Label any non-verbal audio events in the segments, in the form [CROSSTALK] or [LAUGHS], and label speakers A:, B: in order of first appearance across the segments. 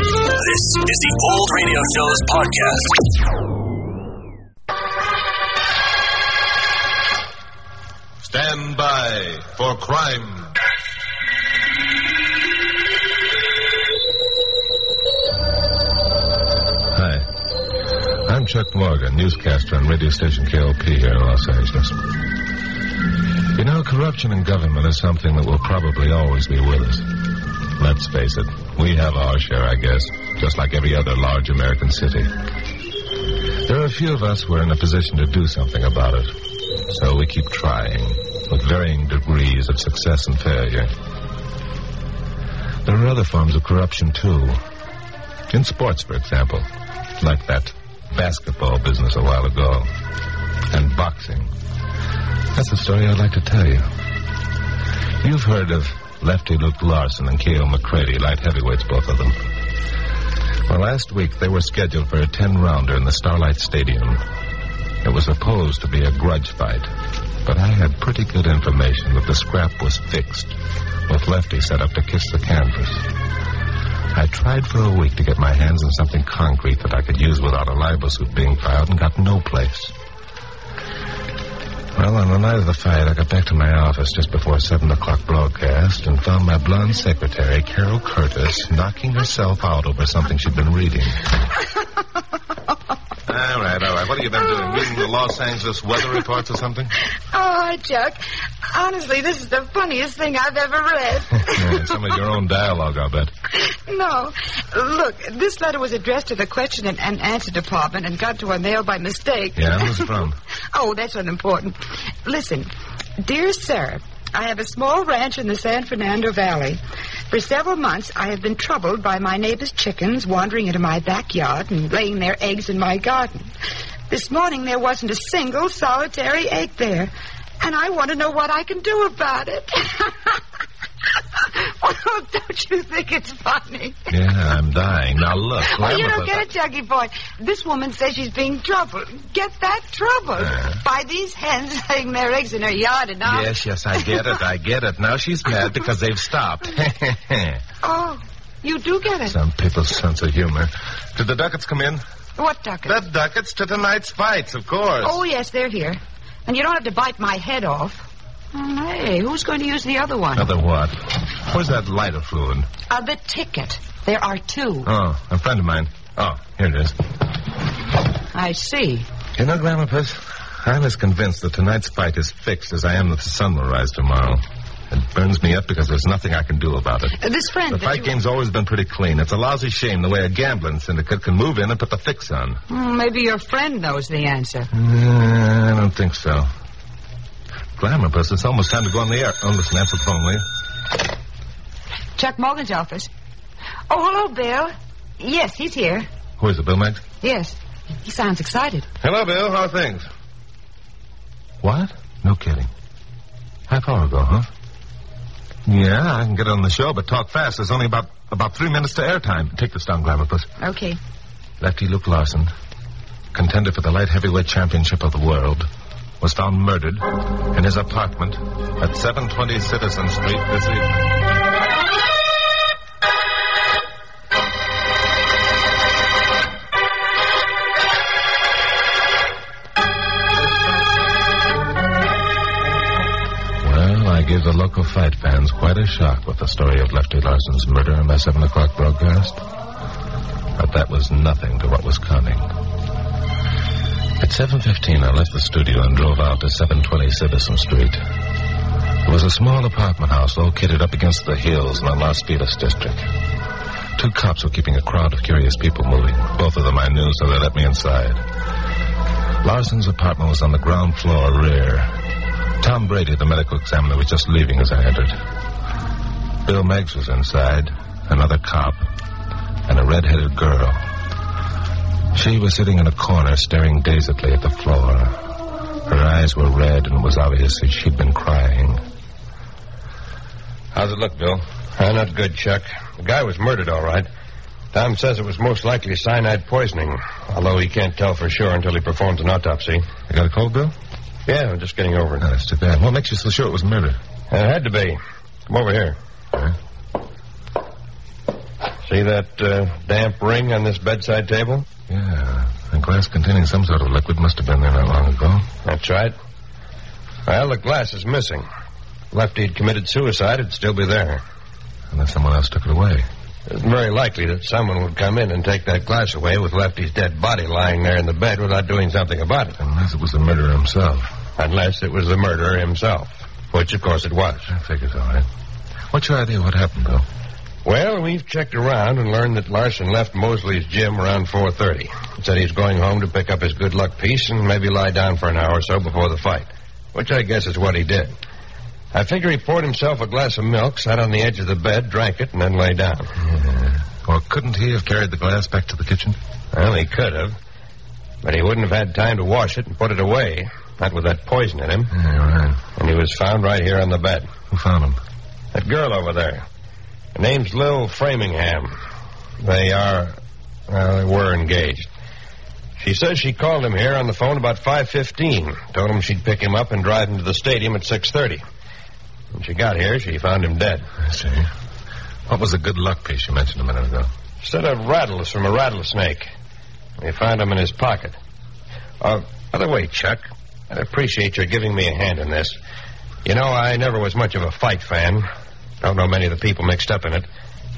A: This is the Old Radio Show's podcast.
B: Stand by for crime. Hi. I'm Chuck Morgan, newscaster on radio station KOP here in Los Angeles. You know, corruption in government is something that will probably always be with us. Let's face it, we have our share, I guess, just like every other large American city. There are a few of us who are in a position to do something about it. So we keep trying, with varying degrees of success and failure. There are other forms of corruption, too. In sports, for example, like that basketball business a while ago, and boxing. That's the story I'd like to tell you. You've heard of Lefty Luke Larson and K.O. McCready, light heavyweights, both of them. Well, last week they were scheduled for a 10 rounder in the Starlight Stadium. It was supposed to be a grudge fight, but I had pretty good information that the scrap was fixed, with Lefty set up to kiss the canvas. I tried for a week to get my hands on something concrete that I could use without a libel suit being filed and got no place. Well, on the night of the fight, I got back to my office just before 7 o'clock broadcast and found my blonde secretary, Carol Curtis, knocking herself out over something she'd been reading. all Ah, right, all right. What have you been doing? Reading the Los Angeles weather reports or something?
C: Oh, Chuck, honestly, this is the funniest thing I've ever read.
B: [LAUGHS] Yeah, some of your own dialogue, I'll bet.
C: no. Look, this letter was addressed to the question and, and answer department and got to our mail by mistake.
B: Yeah, who's it from?
C: Oh, that's unimportant. Listen, dear sir, I have a small ranch in the San Fernando Valley. For several months, I have been troubled by my neighbor's chickens wandering into my backyard and laying their eggs in my garden. This morning, there wasn't a single solitary egg there, and I want to know what I can do about it. [LAUGHS] well, don't you think it's funny?
B: Yeah, I'm dying. Now look,
C: Well, Oh, you
B: Lambert-
C: don't get it, Juggy boy. This woman says she's being troubled. Get that troubled
B: Yeah.
C: by these hens [LAUGHS] laying their eggs in her yard and all.
B: Yes, yes, I get it. I get it. Now she's mad because they've stopped. [LAUGHS]
C: Oh, you do get it.
B: Some people's sense of humor. Did the Duckets come in?
C: What,
B: The
C: Ducker?
B: Duckets to tonight's fights, of course.
C: Oh yes, they're here, and you don't have to bite my head off. Mm, Hey, who's going to use the other one?
B: Another what? Where's that lighter fluid?
C: Uh, the ticket. There are two.
B: Oh, a friend of mine. Oh, here it is.
C: I see.
B: You know, Grandma Puss, I'm as convinced that tonight's fight is fixed as I am that the sun will rise tomorrow. It burns me up because there's nothing I can do about it.
C: Uh, This friend.
B: The
C: that
B: fight
C: you-
B: game's always been pretty clean. It's a lousy shame the way a gambling syndicate can move in and put the fix on.
C: Mm, Maybe your friend knows the answer.
B: Uh, I don't think so. Glamour, Puss, it's almost time to go on the air. Oh, listen, answer the phone, will you?
C: Chuck Morgan's office. Oh, hello, Bill. Yes, he's here.
B: Who is it, Bill Max?
C: Yes. He sounds excited.
B: Hello, Bill. How are things? What? No kidding. Half hour ago, huh? Yeah, I can get on the show, but talk fast. There's only about about three minutes to airtime. Take this down, Glamour, Puss.
C: Okay.
B: Lefty Luke Larson, contender for the light heavyweight championship of the world, was found murdered in his apartment at 720 Citizen Street this evening. Well, I gave the local fight fans quite a shock with the story of Lefty Larson's murder in my 7 o'clock broadcast. But that was nothing to what was coming. At 7.15, I left the studio and drove out to 720 Citizen Street. It was a small apartment house located up against the hills in the Las Vegas district. Two cops were keeping a crowd of curious people moving. Both of them I knew, so they let me inside. Larson's apartment was on the ground floor rear. Tom Brady, the medical examiner, was just leaving as I entered. Bill Meggs was inside, another cop, and a red-headed girl. She was sitting in a corner staring dazedly at the floor. Her eyes were red, and it was obvious that she'd been crying.
D: How's it look, Bill? Uh, not good, Chuck. The guy was murdered, all right. Tom says it was most likely cyanide poisoning, although he can't tell for sure until he performs an autopsy.
B: You got a cold, Bill?
D: Yeah, I'm just getting over it.
B: No, that's too bad. What makes you so sure it was murder?
D: Uh, It had to be. Come over here.
B: Huh?
D: See that uh, damp ring on this bedside table?
B: Yeah, a glass containing some sort of liquid must have been there not long ago.
D: That's right. Well, the glass is missing. Left he'd committed suicide, it'd still be there.
B: Unless someone else took it away.
D: It's very likely that someone would come in and take that glass away with Lefty's dead body lying there in the bed without doing something about it.
B: Unless it was the murderer himself.
D: Unless it was the murderer himself, which, of course, it was.
B: That figures all right. What's your idea of what happened, though?
D: Well, we've checked around and learned that Larson left Mosley's gym around 4.30. Said he's going home to pick up his good luck piece and maybe lie down for an hour or so before the fight, which I guess is what he did. I figure he poured himself a glass of milk, sat on the edge of the bed, drank it, and then lay down.
B: Yeah. Or couldn't he have carried the glass back to the kitchen?
D: Well, he could have, but he wouldn't have had time to wash it and put it away, not with that poison in him.
B: Yeah, all right.
D: And he was found right here on the bed.
B: Who found him?
D: That girl over there. Her name's Lil Framingham. They are, well, they were engaged. She says she called him here on the phone about 5.15. Told him she'd pick him up and drive him to the stadium at 6.30. When she got here, she found him dead.
B: I see. What was the good luck piece you mentioned a minute ago?
D: Set of rattles from a rattlesnake. They found him in his pocket. Uh, by the way, Chuck, I'd appreciate your giving me a hand in this. You know, I never was much of a fight fan. Don't know many of the people mixed up in it.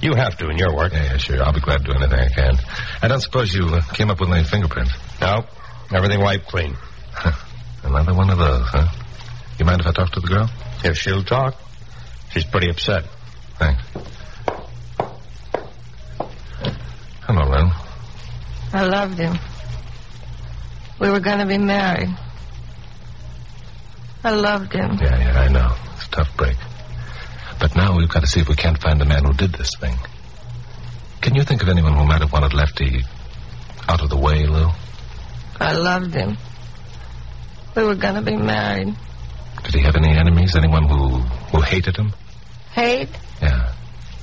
D: You have to in your work.
B: Yeah, yeah, sure. I'll be glad to do anything I can. I don't suppose you uh, came up with any fingerprints.
D: No, everything wiped clean.
B: Another one of those, huh? You mind if I talk to the girl?
D: If she'll talk, she's pretty upset.
B: Thanks. Hello, Lynn.
E: I loved him. We were going to be married. I loved him.
B: Yeah, yeah, I know. It's a tough break. But now we've got to see if we can't find the man who did this thing. Can you think of anyone who might have wanted Lefty out of the way, Lou?
E: I loved him. We were going to be married.
B: Did he have any enemies? Anyone who who hated him?
E: Hate?
B: Yeah.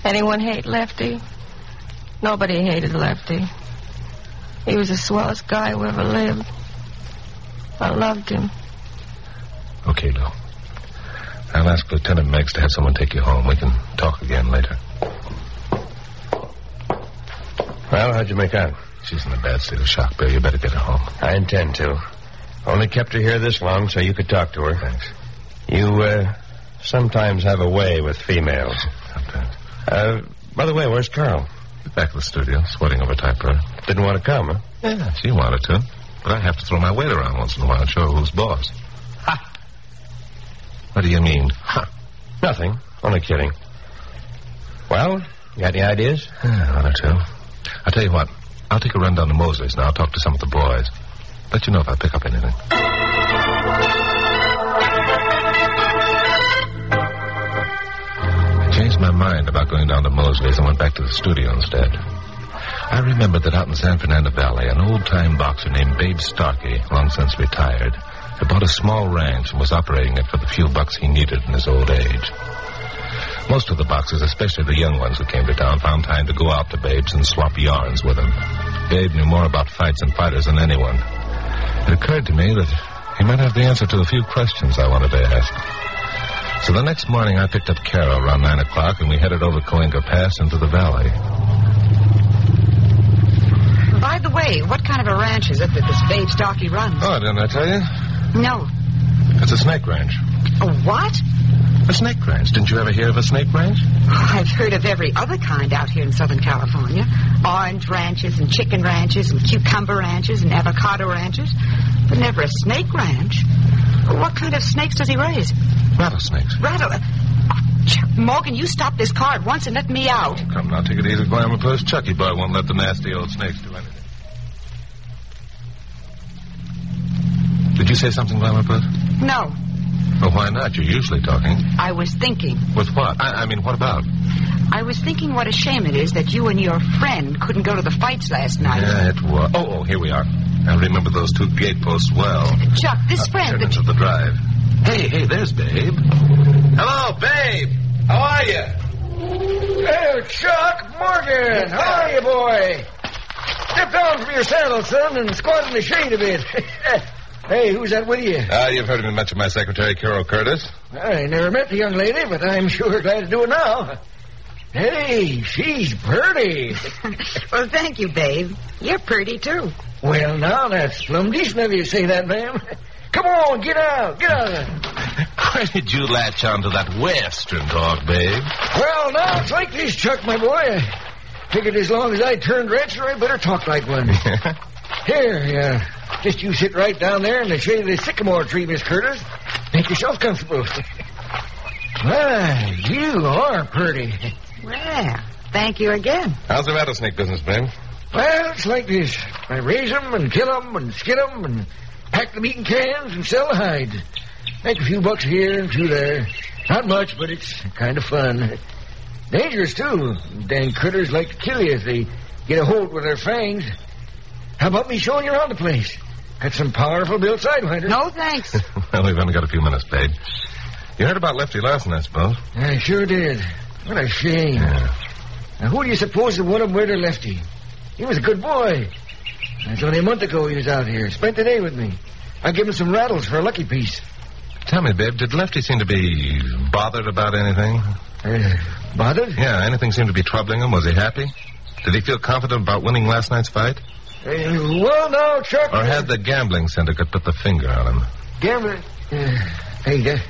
E: Anyone hate Lefty? Nobody hated Lefty. He was the swellest guy who ever lived. I loved him.
B: Okay, Lou. I'll ask Lieutenant Meggs to have someone take you home. We can talk again later.
D: Well, how'd you make out?
B: She's in a bad state of shock, Bill. You better get her home.
D: I intend to. Only kept her here this long so you could talk to her.
B: Thanks.
D: You, uh, sometimes have a way with females.
B: Sometimes.
D: Uh, by the way, where's Carl?
B: Back at the studio, sweating over typewriter.
D: Didn't want to come, huh?
B: Yeah, she wanted to. But I have to throw my weight around once in a while and show who's boss.
D: Ha!
B: What do you mean? Huh.
D: Nothing. Only kidding. Well, you got any ideas?
B: Yeah, one or two. I'll tell you what. I'll take a run down to Mosley's now. I'll talk to some of the boys. Let you know if I pick up anything. I changed my mind about going down to Mosley's and went back to the studio instead. I remembered that out in San Fernando Valley, an old-time boxer named Babe Starkey, long since retired, had bought a small ranch and was operating it for the few bucks he needed in his old age. Most of the boxers, especially the young ones who came to town, found time to go out to Babe's and swap yarns with him. Babe knew more about fights and fighters than anyone. It occurred to me that he might have the answer to the few questions I wanted to ask. So the next morning, I picked up Carol around 9 o'clock, and we headed over Coenga Pass into the valley.
C: By the way, what kind of a ranch is it that this Babe Stocky runs?
B: Oh, didn't I tell you?
C: No.
B: It's a snake ranch.
C: A what?
B: A snake ranch. Didn't you ever hear of a snake ranch?
C: I've heard of every other kind out here in Southern California. Orange ranches and chicken ranches and cucumber ranches and avocado ranches, but never a snake ranch. What kind of snakes does he raise?
B: Rattlesnakes.
C: Rattle. Oh, Chuck Morgan, you stop this car at once and let me out.
B: Come now, take it easy, boy. I'm a first Chucky boy. Won't let the nasty old snakes do anything. Did you say something, Glamour Bird?
C: No,
B: Well, why not? You're usually talking.
C: I was thinking.
B: With what? I, I mean, what about?
C: I was thinking what a shame it is that you and your friend couldn't go to the fights last night.
B: Yeah, it was. Oh, oh, here we are. I remember those two gateposts well.
C: Chuck, this friend
B: Turn
C: that
B: into the drive. Hey, hey, there's Babe.
D: Hello, babe. How are you? Hey, Chuck Morgan. How are you, boy?
F: Step down from your saddle, son, and squat in the shade a bit. hey, who's that with you?
B: Ah, you've heard me mention my secretary, Carol Curtis. [LAUGHS]
F: I never met the young lady, but I'm sure glad to do it now.
G: Hey, she's pretty.
C: [LAUGHS] well, thank you, babe. You're pretty, too.
G: Well, now that's plumb decent of you to say that, ma'am. Come on, get out, get out.
B: Why did you latch onto that Western talk, babe? [LAUGHS]
G: Well, now it's like this, Chuck, my boy. I figured as long as I turned rancher, I better talk like one. Here, yeah. Just you sit right down there in the shade of the sycamore tree, Miss Curtis. Make yourself comfortable. [LAUGHS] My, you are pretty.
C: Well, thank you again.
H: How's the rattlesnake business, Ben?
G: Well, it's like this. I raise 'em and kill 'em and skin 'em and pack the meat in cans and sell the hide. Make a few bucks here and a few there. Not much, but it's kind of fun. Dangerous, too. Dang critters like to kill you if they get a hold with their fangs. How about me showing you around the place? Got some powerful built sidewinders.
C: No thanks.
B: [LAUGHS] well, we've only got a few minutes, babe. You heard about Lefty Larson, I suppose.
G: I sure did. What a shame.
B: Yeah.
G: Now, who do you suppose the one of 'em murdered Lefty? He was a good boy. It's only a month ago he was out here. Spent the day with me. I give him some rattles for a lucky piece.
B: Tell me, babe, did Lefty seem to be bothered about anything?
G: Uh, bothered?
B: Yeah, anything seemed to be troubling him. Was he happy? Did he feel confident about winning last night's fight?
G: Uh, well, no, Chuck.
B: Or had the gambling syndicate put the finger on him?
G: Gambler. Uh, hey, that,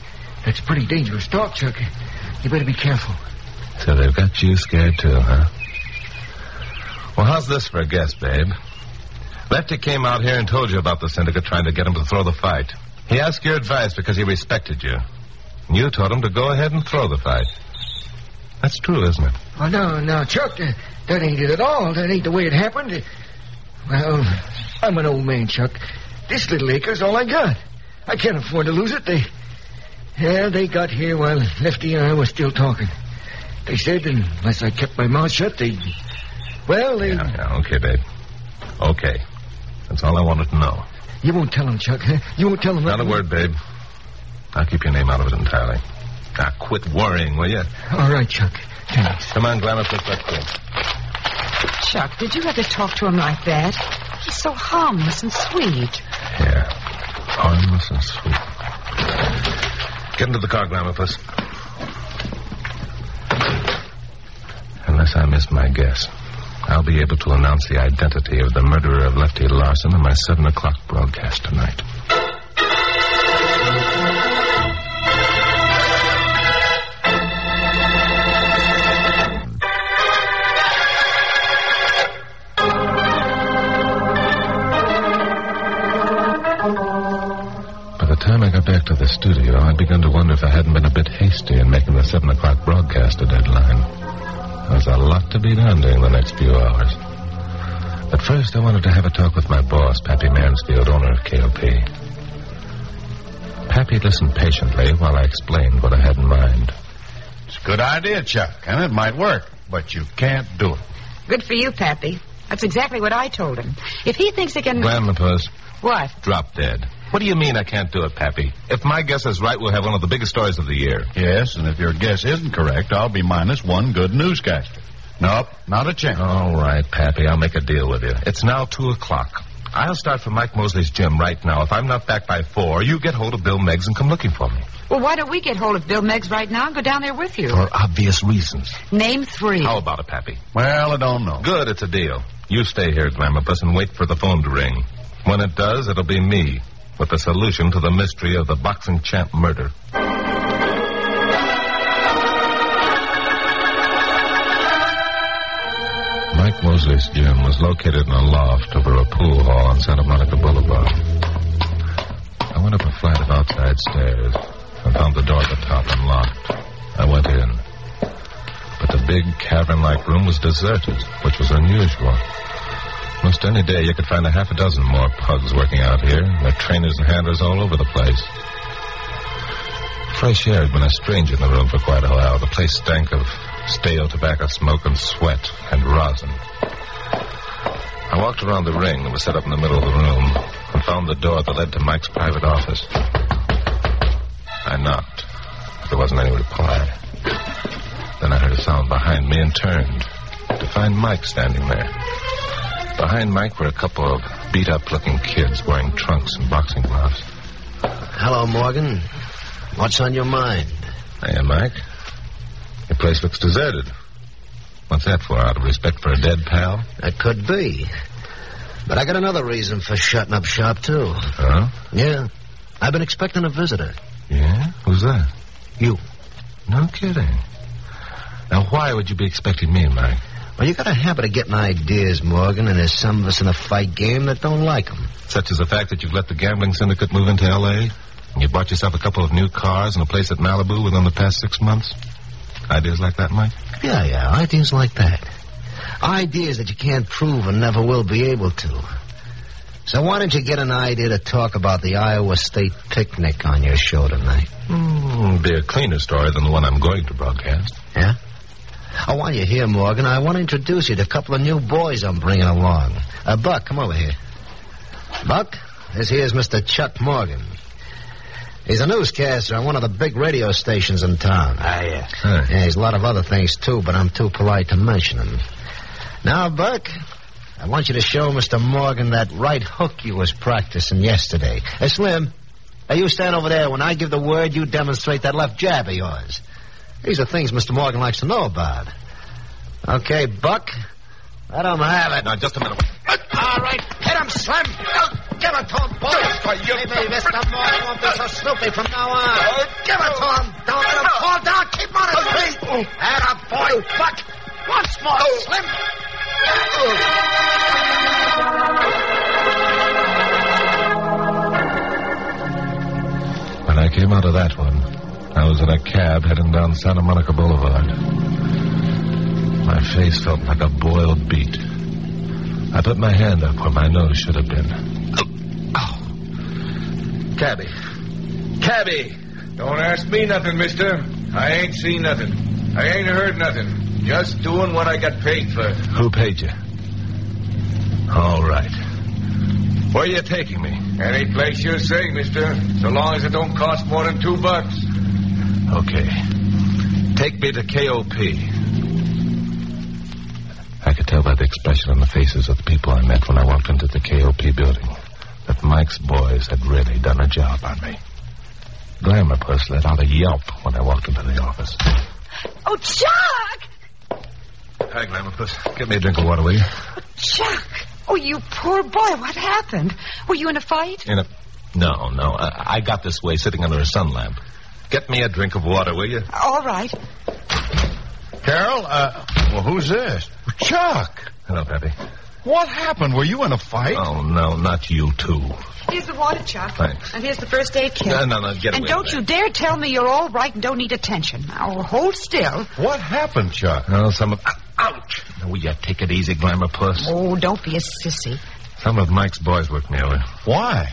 G: that's pretty dangerous talk, Chuck. You better be careful.
B: So they've got you scared too, huh? Well, how's this for a guess, babe? Lefty came out here and told you about the syndicate trying to get him to throw the fight. He asked your advice because he respected you. And you told him to go ahead and throw the fight. That's true, isn't it?
G: Oh, no, no, Chuck. uh, that ain't it at all. That ain't the way it happened. Uh, Well, I'm an old man, Chuck. This little acre's all I got. I can't afford to lose it. They. Yeah, they got here while Lefty and I were still talking. They said unless I kept my mouth shut, they'd. Well, they.
B: Yeah, yeah, okay, babe. Okay. That's all I wanted to know.
G: You won't tell them, Chuck. Huh? You won't tell them.
B: Not a word, babe. I'll keep your name out of it entirely. Now, quit worrying, will you?
G: All right, Chuck. Thanks.
B: Come on, Glamorous, let's let go.
C: Chuck, did you ever talk to him like that? He's so harmless and sweet.
B: Yeah. Harmless and sweet. Get into the car, Glamophus. Unless I miss my guess, I'll be able to announce the identity of the murderer of Lefty Larson in my 7 o'clock broadcast tonight. By the time I got back to the studio, I'd begun to wonder if I hadn't been a bit hasty in making the 7 o'clock broadcast a deadline. There was a lot to be done during the next few hours. But first, I wanted to have a talk with my boss, Pappy Mansfield, owner of KLP. Pappy listened patiently while I explained what I had in mind.
I: It's a good idea, Chuck, and it might work, but you can't do it.
C: Good for you, Pappy. That's exactly what I told him. If he thinks he can.
B: Grandmapa's
C: What?
B: dropped dead. What do you mean I can't do it, Pappy? If my guess is right, we'll have one of the biggest stories of the year.
I: Yes, and if your guess isn't correct, I'll be minus one good newscaster. Nope, not a chance.
B: All right, Pappy, I'll make a deal with you. It's now two o'clock. I'll start for Mike Mosley's gym right now. If I'm not back by four, you get hold of Bill Meggs and come looking for me.
C: Well, why don't we get hold of Bill Meggs right now and go down there with you?
B: For obvious reasons.
C: Name three.
B: How about it, Pappy?
I: Well, I don't know.
B: Good, it's a deal. You stay here, Glamopus, and wait for the phone to ring. When it does, it'll be me with the solution to the mystery of the boxing champ murder. Mike Mosley's gym was located in a loft over a pool hall on Santa Monica Boulevard. I went up a flight of outside stairs and found the door at the top unlocked. I went in. But the big cavern like room was deserted, which was unusual. Most any day you could find a half a dozen more pugs working out here, and there are trainers and handlers all over the place. Fresh air had been a stranger in the room for quite a while. The place stank of stale tobacco smoke and sweat and rosin. I walked around the ring that was set up in the middle of the room and found the door that led to Mike's private office. I knocked. There wasn't any reply. Then I heard a sound behind me and turned to find Mike standing there. Behind Mike were a couple of beat up looking kids wearing trunks and boxing gloves.
J: Hello, Morgan. What's on your mind?
B: Hey, Mike. Your place looks deserted. What's that for? Out of respect for a dead pal?
G: That could be. But I got another reason for shutting up shop, too.
B: Huh?
G: Yeah. I've been expecting a visitor.
B: Yeah? Who's that?
G: You.
B: No kidding. Now, why would you be expecting me, Mike?
G: Well, you got a habit of getting ideas, Morgan, and there's some of us in the fight game that don't like 'em.
B: Such as the fact that you've let the gambling syndicate move into L.A., and you bought yourself a couple of new cars and a place at Malibu within the past six months? Ideas like that, Mike?
G: Yeah, yeah, ideas like that. Ideas that you can't prove and never will be able to. So why don't you get an idea to talk about the Iowa State picnic on your show tonight?
B: Mm, be a cleaner story than the one I'm going to broadcast.
G: Yeah? Oh, while you're here, Morgan, I want to introduce you to a couple of new boys I'm bringing along. Uh, Buck, come over here. Buck, this here's Mr. Chuck Morgan. He's a newscaster on one of the big radio stations in town. Ah, yeah.
B: Huh.
G: Yeah, he's a lot of other things, too, but I'm too polite to mention them. Now, Buck, I want you to show Mr. Morgan that right hook you was practicing yesterday. Uh, Slim, now you stand over there. When I give the word, you demonstrate that left jab of yours. These are things Mr. Morgan likes to know about. Okay, Buck. Let him have it.
B: Now, just a minute.
G: All right, hit him, Slim. Oh, give it to him, boy. Maybe Mr. Morgan won't be so snoopy from now on.
D: Oh.
G: give it to him. Don't let him fall down. Keep on his feet. Add up, boy, Buck. Once more, Slim.
B: When I came out of that one, I was in a cab heading down Santa Monica Boulevard. My face felt like a boiled beet. I put my hand up where my nose should have been.
D: Cabby. Cabby! Don't ask me nothing, mister. I ain't seen nothing. I ain't heard nothing. Just doing what I got paid for.
B: Who paid you? All right. Where are you taking me?
D: Any place you say, mister. So long as it don't cost more than two bucks.
B: Okay. Take me to KOP. I could tell by the expression on the faces of the people I met when I walked into the KOP building that Mike's boys had really done a job on me. Glamour Puss let out a yelp when I walked into the office.
C: Oh, Chuck!
B: Hi, Glamour Puss. Get me a drink of water, will you?
C: Chuck! Oh, you poor boy, what happened? Were you in a fight?
B: In a... No, no. I, I got this way sitting under a sun lamp. Get me a drink of water, will you?
C: All right.
I: Carol, uh, well, who's this? Chuck,
B: Hello, Pappy.
I: what happened? Were you in a fight?
B: Oh, no, not you two.
C: Here's the water, Chuck.
B: Thanks.
C: And here's the first aid kit.
B: Uh, No, no, no, get
C: and
B: away
C: don't
B: with
C: you dare tell me you're all right and don't need attention. Now, hold still.
I: What happened, Chuck?
B: No, some of... Ouch! Now, will you take it easy, Glamour Puss?
C: Oh, don't be a sissy.
B: Some of Mike's boys worked me over.
I: Why?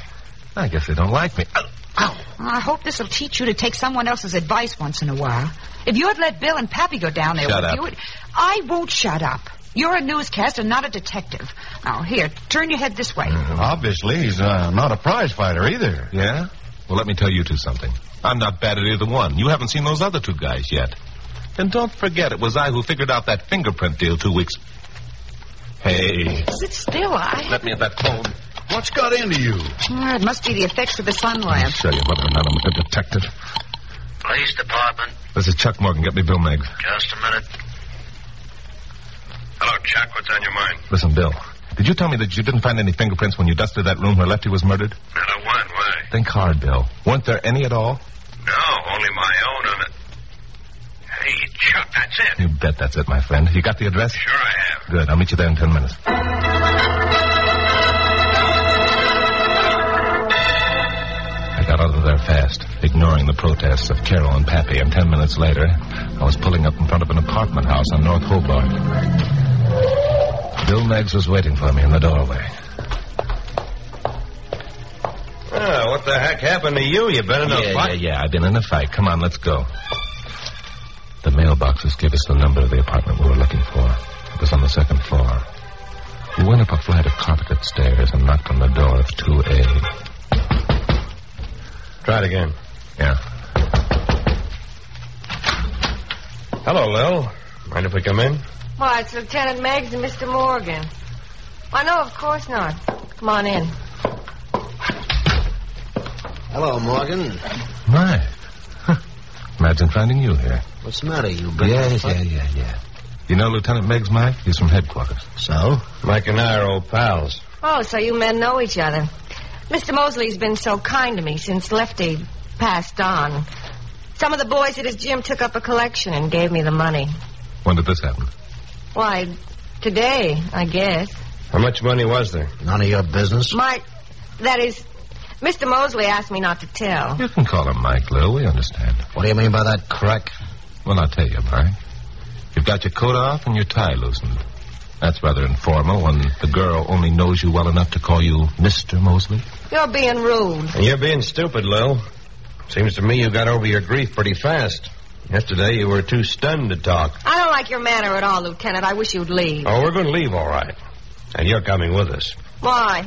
B: I guess they don't like me. Ow! Ow!
C: I hope this will teach you to take someone else's advice once in a while. If you had let Bill and Pappy go down there
B: Shut
C: with
B: up.
C: you, it- I won't shut up. You're a newscaster, not a detective. Now, here, turn your head this way.
D: Mm-hmm.
I: Obviously, he's uh, not a prize fighter either.
B: Yeah? Well, let me tell you two something. I'm not bad at either one. You haven't seen those other two guys yet. And don't forget, it was I who figured out that fingerprint deal two weeks... Hey,
C: Sit still, I.
B: let me have that phone.
I: What's got into you?
C: Oh, it must be the effects of the sun lamp.
B: Show you whether or not I'm a good detective.
G: Police department,
B: This is Chuck Morgan. Get me Bill Meggs.
G: just a minute.
K: Hello, Chuck. What's on your mind?
B: Listen, Bill. Did you tell me that you didn't find any fingerprints when you dusted that room where Lefty was murdered?
K: Not a one. Why?
B: Think hard, Bill. Weren't there any at all?
K: No, only my own on it. Hey, Chuck, that's it.
B: You bet that's it, my friend. You got the address?
K: Sure I have.
B: Good. I'll meet you there in ten minutes. I got out of there fast, ignoring the protests of Carol and Pappy, and ten minutes later, I was pulling up in front of an apartment house on North Hobart. Bill Meggs was waiting for me in the doorway.
D: Ah, what the heck happened to you? You been in a
B: yeah,
D: fight?
B: Yeah, yeah, I've been in a fight. Come on, let's go. The mailboxes gave us the number of the apartment we were looking for. It was on the second floor. We went up a flight of carpeted stairs and knocked on the door of 2A.
D: Try it again.
B: Yeah.
D: Hello, Lil. Mind if we come in?
E: Why, it's Lieutenant Meggs and Mr. Morgan. Why, no, of course not. Come on in.
G: Hello, Morgan.
B: My. Huh. Imagine finding you here.
G: What's the matter? You been in a fight?
B: yeah, yeah. You know Lieutenant Meggs, Mike? He's from headquarters.
G: So?
D: Mike and I are old pals.
E: Oh, so you men know each other. Mr. Mosley's been so kind to me since Lefty passed on. Some of the boys at his gym took up a collection and gave me the money.
B: When did this happen?
E: Why, today, I guess.
D: How much money was there?
G: None of your business?
E: Mike, that is, Mr. Mosley asked me not to tell.
B: You can call him Mike, Lou. We understand.
G: What do you mean by that, crack?
B: Well, I'll tell you, Mike. You've got your coat off and your tie loosened. That's rather informal when the girl only knows you well enough to call you Mr. Mosley.
E: You're being rude.
D: And you're being stupid, Lil. Seems to me you got over your grief pretty fast. Yesterday you were too stunned to talk.
E: I don't like your manner at all, Lieutenant. I wish you'd leave.
D: Oh, we're going to leave, all right. And you're coming with us.
E: Why?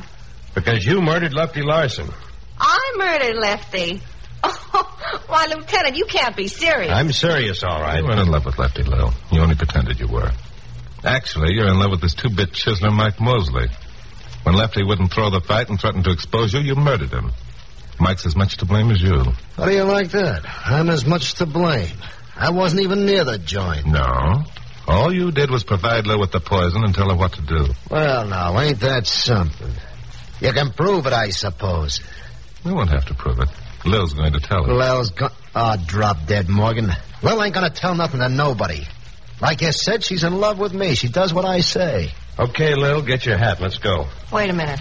D: Because you murdered Lefty Larson.
E: I murdered Lefty. [LAUGHS] Oh, why, Lieutenant, you can't be serious.
D: I'm serious, all right.
B: You weren't in love with Lefty, Lil. You only pretended you were. Actually, you're in love with this two-bit chiseler, Mike Mosley. When Lefty wouldn't throw the fight and threatened to expose you, you murdered him. Mike's as much to blame as you.
G: How do you like that? I'm as much to blame. I wasn't even near the joint.
B: No. All you did was provide Lil with the poison and tell her what to do.
G: Well, now, ain't that something? You can prove it, I suppose.
B: You won't have to prove it. Lil's going to tell her.
G: Lil's go Oh, drop dead, Morgan. Lil ain't gonna tell nothing to nobody. Like you said, she's in love with me. She does what I say.
D: Okay, Lil, get your hat. Let's go.
G: Uh,
E: Wait a minute.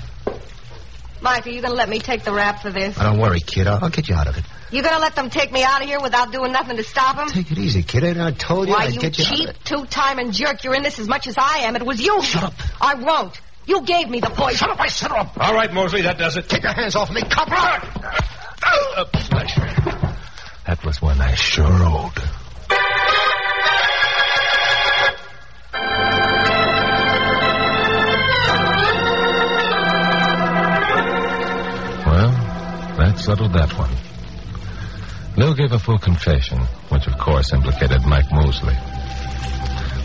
E: Mike, are you going to let me take the rap for this?
G: Now, don't worry, kid. I'll, I'll get you out of it.
E: You going to let them take me out of here without doing nothing to stop them?
G: Take it easy, kid. Ain't I told you
E: Why,
G: I'd
E: you
G: get you out of
E: cheap,
G: it?
E: two-time and jerk. You're in this as much as I am. It was you.
G: Shut up.
E: I won't. You gave me the poison.
G: Shut up, I shut up.
D: All right, Mosley, that does it.
G: Take your hands off me, copper.
B: That was when I sure owed. Well, that settled that one. Lil gave a full confession, which of course implicated Mike Mosley.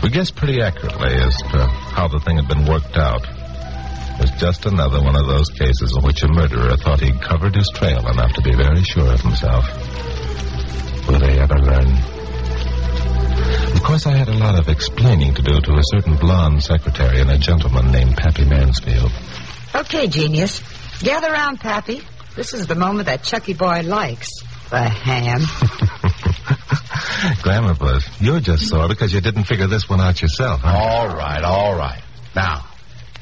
B: We guessed pretty accurately as to how the thing had been worked out. It was just another one of those cases in which a murderer thought he'd covered his trail enough to be very sure of himself. Will they ever learn? Of course, I had a lot of explaining to do to a certain blonde secretary and a gentleman named Pappy Mansfield.
C: Okay, genius. Gather round, Pappy. This is the moment that Chucky boy likes. The ham.
B: Glamour Buzz, you're just sore because you didn't figure this one out yourself, huh?
I: All right, all right. Now,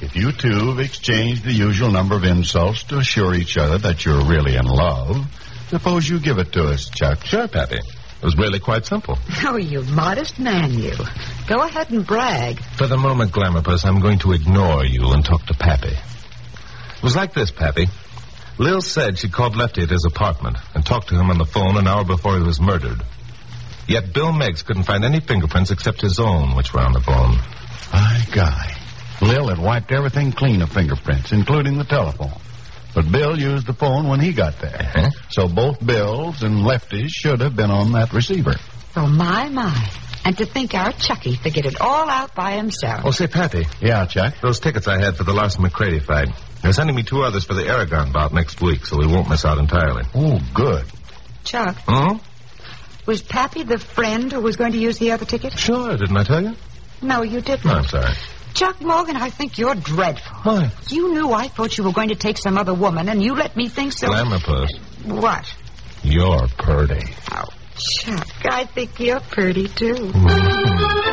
I: if you two have exchanged the usual number of insults to assure each other that you're really in love, suppose you give it to us, Chuck.
B: Sure, Pappy. It was really quite simple.
C: Oh, you modest man, you. Go ahead and brag.
B: For the moment, Glamourpuss, I'm going to ignore you and talk to Pappy. It was like this, Pappy. Lil said she called Lefty at his apartment and talked to him on the phone an hour before he was murdered. Yet Bill Meggs couldn't find any fingerprints except his own, which were on the phone.
I: My guy. Lil had wiped everything clean of fingerprints, including the telephone. But Bill used the phone when he got there.
B: Uh-huh.
I: So both Bills and Lefties should have been on that receiver.
C: Oh, my, my. And to think our Chucky figured it all out by himself.
B: Oh, say, Pappy,
I: Yeah, Chuck.
B: those tickets I had for the Larson McCready fight. They're sending me two others for the Aragon bout next week, so we won't miss out entirely.
I: Oh, good.
C: Chuck,
B: Hmm?
C: was Pappy the friend who was going to use the other ticket?
B: Sure, didn't I tell you?
C: No, you didn't.
B: No, I'm sorry.
C: Chuck Morgan, I think you're dreadful.
B: Why?
C: You knew I thought you were going to take some other woman, and you let me think so.
B: Glamourpuss,
C: What?
B: you're purty.
C: Oh, Chuck, I think you're pretty, too.
B: Mm.